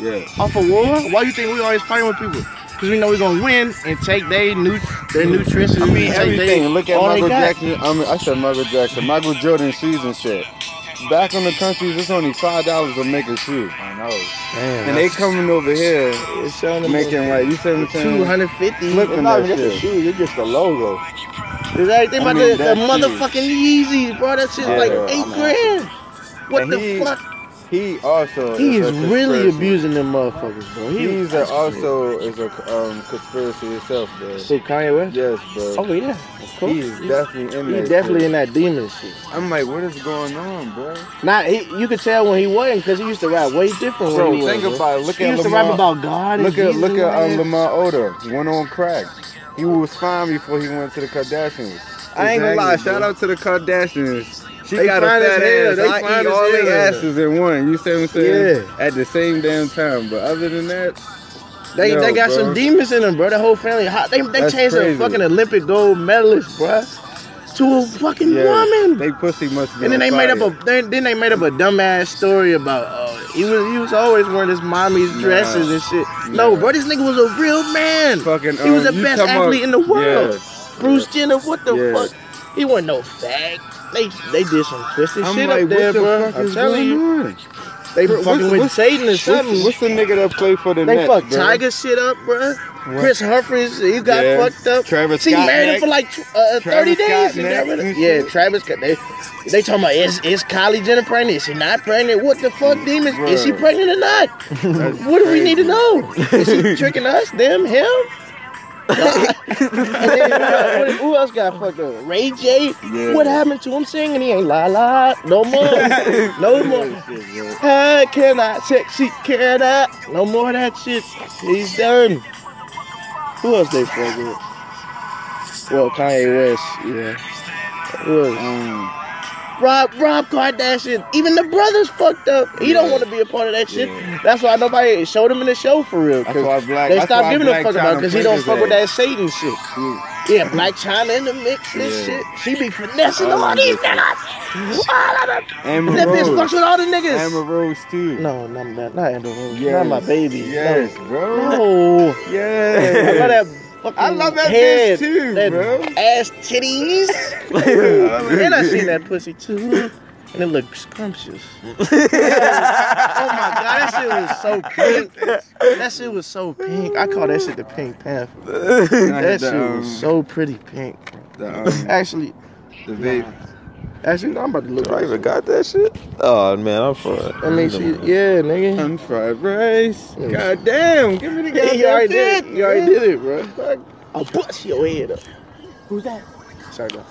Yeah. Off of war? Why you think we always fighting with people? Because we know we're gonna win and take their nu- their nutrition. I mean and take they- everything. Look at all they Michael got. Jackson. I mean, I said Michael Jackson. Michael Jordan shoes and shit. Back in the countries, it's only five dollars to make a shoe, I know. Damn, and they coming over here It's selling making like you see what I'm saying? two hundred fifty. Flip It's in not that even just a shit. shoe. It's just a logo. Is everything I mean, about the, the that's huge. motherfucking Yeezys, bro? That shit's Yeah, like I'm eight not- grand. What And the he- fuck? He also He is a really conspiracy. abusing them motherfuckers, bro. He He's is a, also is a um, conspiracy itself, bro. Who, Kanye West? Yes, bro. Oh yeah, of course. He's definitely in He there. definitely in that demon shit. I'm like, what is going on, bro? Now he, you could tell when he wasn't because he used to rap way different. Bro, when he think was, about it. Look he at used to rap Lamar- about God. and Look at Jesus look at and um, Lamar Odom. Went on crack. He was fine before he went to the Kardashians. I ain't gonna lie. Exactly, Shout bro. out to the Kardashians. She They got a fine as fat hell. ass. They I fine eat as all their hell. asses in one. You see what I'm saying? Yeah. At the same damn time. But other than that, They, No, they got bro. some demons in them, bro. The whole family. Hot. They, they That's changed a crazy. fucking Olympic gold medalist, bro, to a fucking yeah, woman. they pussy must be. and on then they made up fire. a then, then they made up a dumbass story about oh he was he was always wearing his mommy's Nah. dresses and shit. No, Nah. bro, this nigga was a real man. fucking. he was um, the you best talking about- athlete in the world. Yeah. Bruce Jenner, what the Yeah. fuck? He wasn't no fag. They they did some twisted I'm shit like, up there, what the bro. fuck I'm is going telling you, on? they Bro, fucking what's- with what's- Satan or something. What's, what's the nigga that played for the They Nets? fucked bro? Tiger shit up, bruh. Chris Humphries, he got Yeah. fucked up. Travis she Scott married him next. for like tw- uh, Travis thirty days. Scott and got rid of- next. yeah, Travis Scott. They, they talking about is is Kylie Jenner pregnant? Is she not pregnant? What the fuck, demons? Is she Bruh. pregnant or not? That's What do we need to crazy. know? Is she tricking us? Them? Him? and then, who else- what- who else got fucked up? Ray J. Yeah. What happened to him singing? He ain't la la no more, no more. I cannot sexy cannot. No more of that shit. He's done. Who else they fuck with? Well, Kanye West, yeah. Who else? Um, Rob, Rob Kardashian. Even the brothers fucked up. He don't Yeah. want to be a part of that shit. Yeah. That's why nobody showed him in the show for real. 'cause That's why black. they that's stopped why giving a Blac fuck about Chyna because he don't Frank's fuck with ass. that Satan shit. Yeah, Black China in the mix, this Yeah. shit. She be finessing All all them these bitches. niggas. All of them. Amber That bitch Rose. fucks with all the niggas. Amber Rose too. No, not not, not Amber Rose. Yes. Not my baby. Yes, bro. No. no. Yes. I love that fucking I love that bitch head, too, that bro. Ass titties. and I seen that pussy too. And it looked scrumptious. oh my god, that shit was so pink. That shit was so pink. I call that shit the pink panther. And I That had the, shit um, was so pretty pink. The, um, Actually, the vape. actually, no, I'm about to look. Do I at even it. got that shit? Oh man, I'm fucked. I mean, she, yeah, nigga. Unfried um, rice. Yeah. God damn. Give me the goddamn you already shit, did it. You already man. did it, bro. I'll bust your head up. Who's that? Sorry, bro.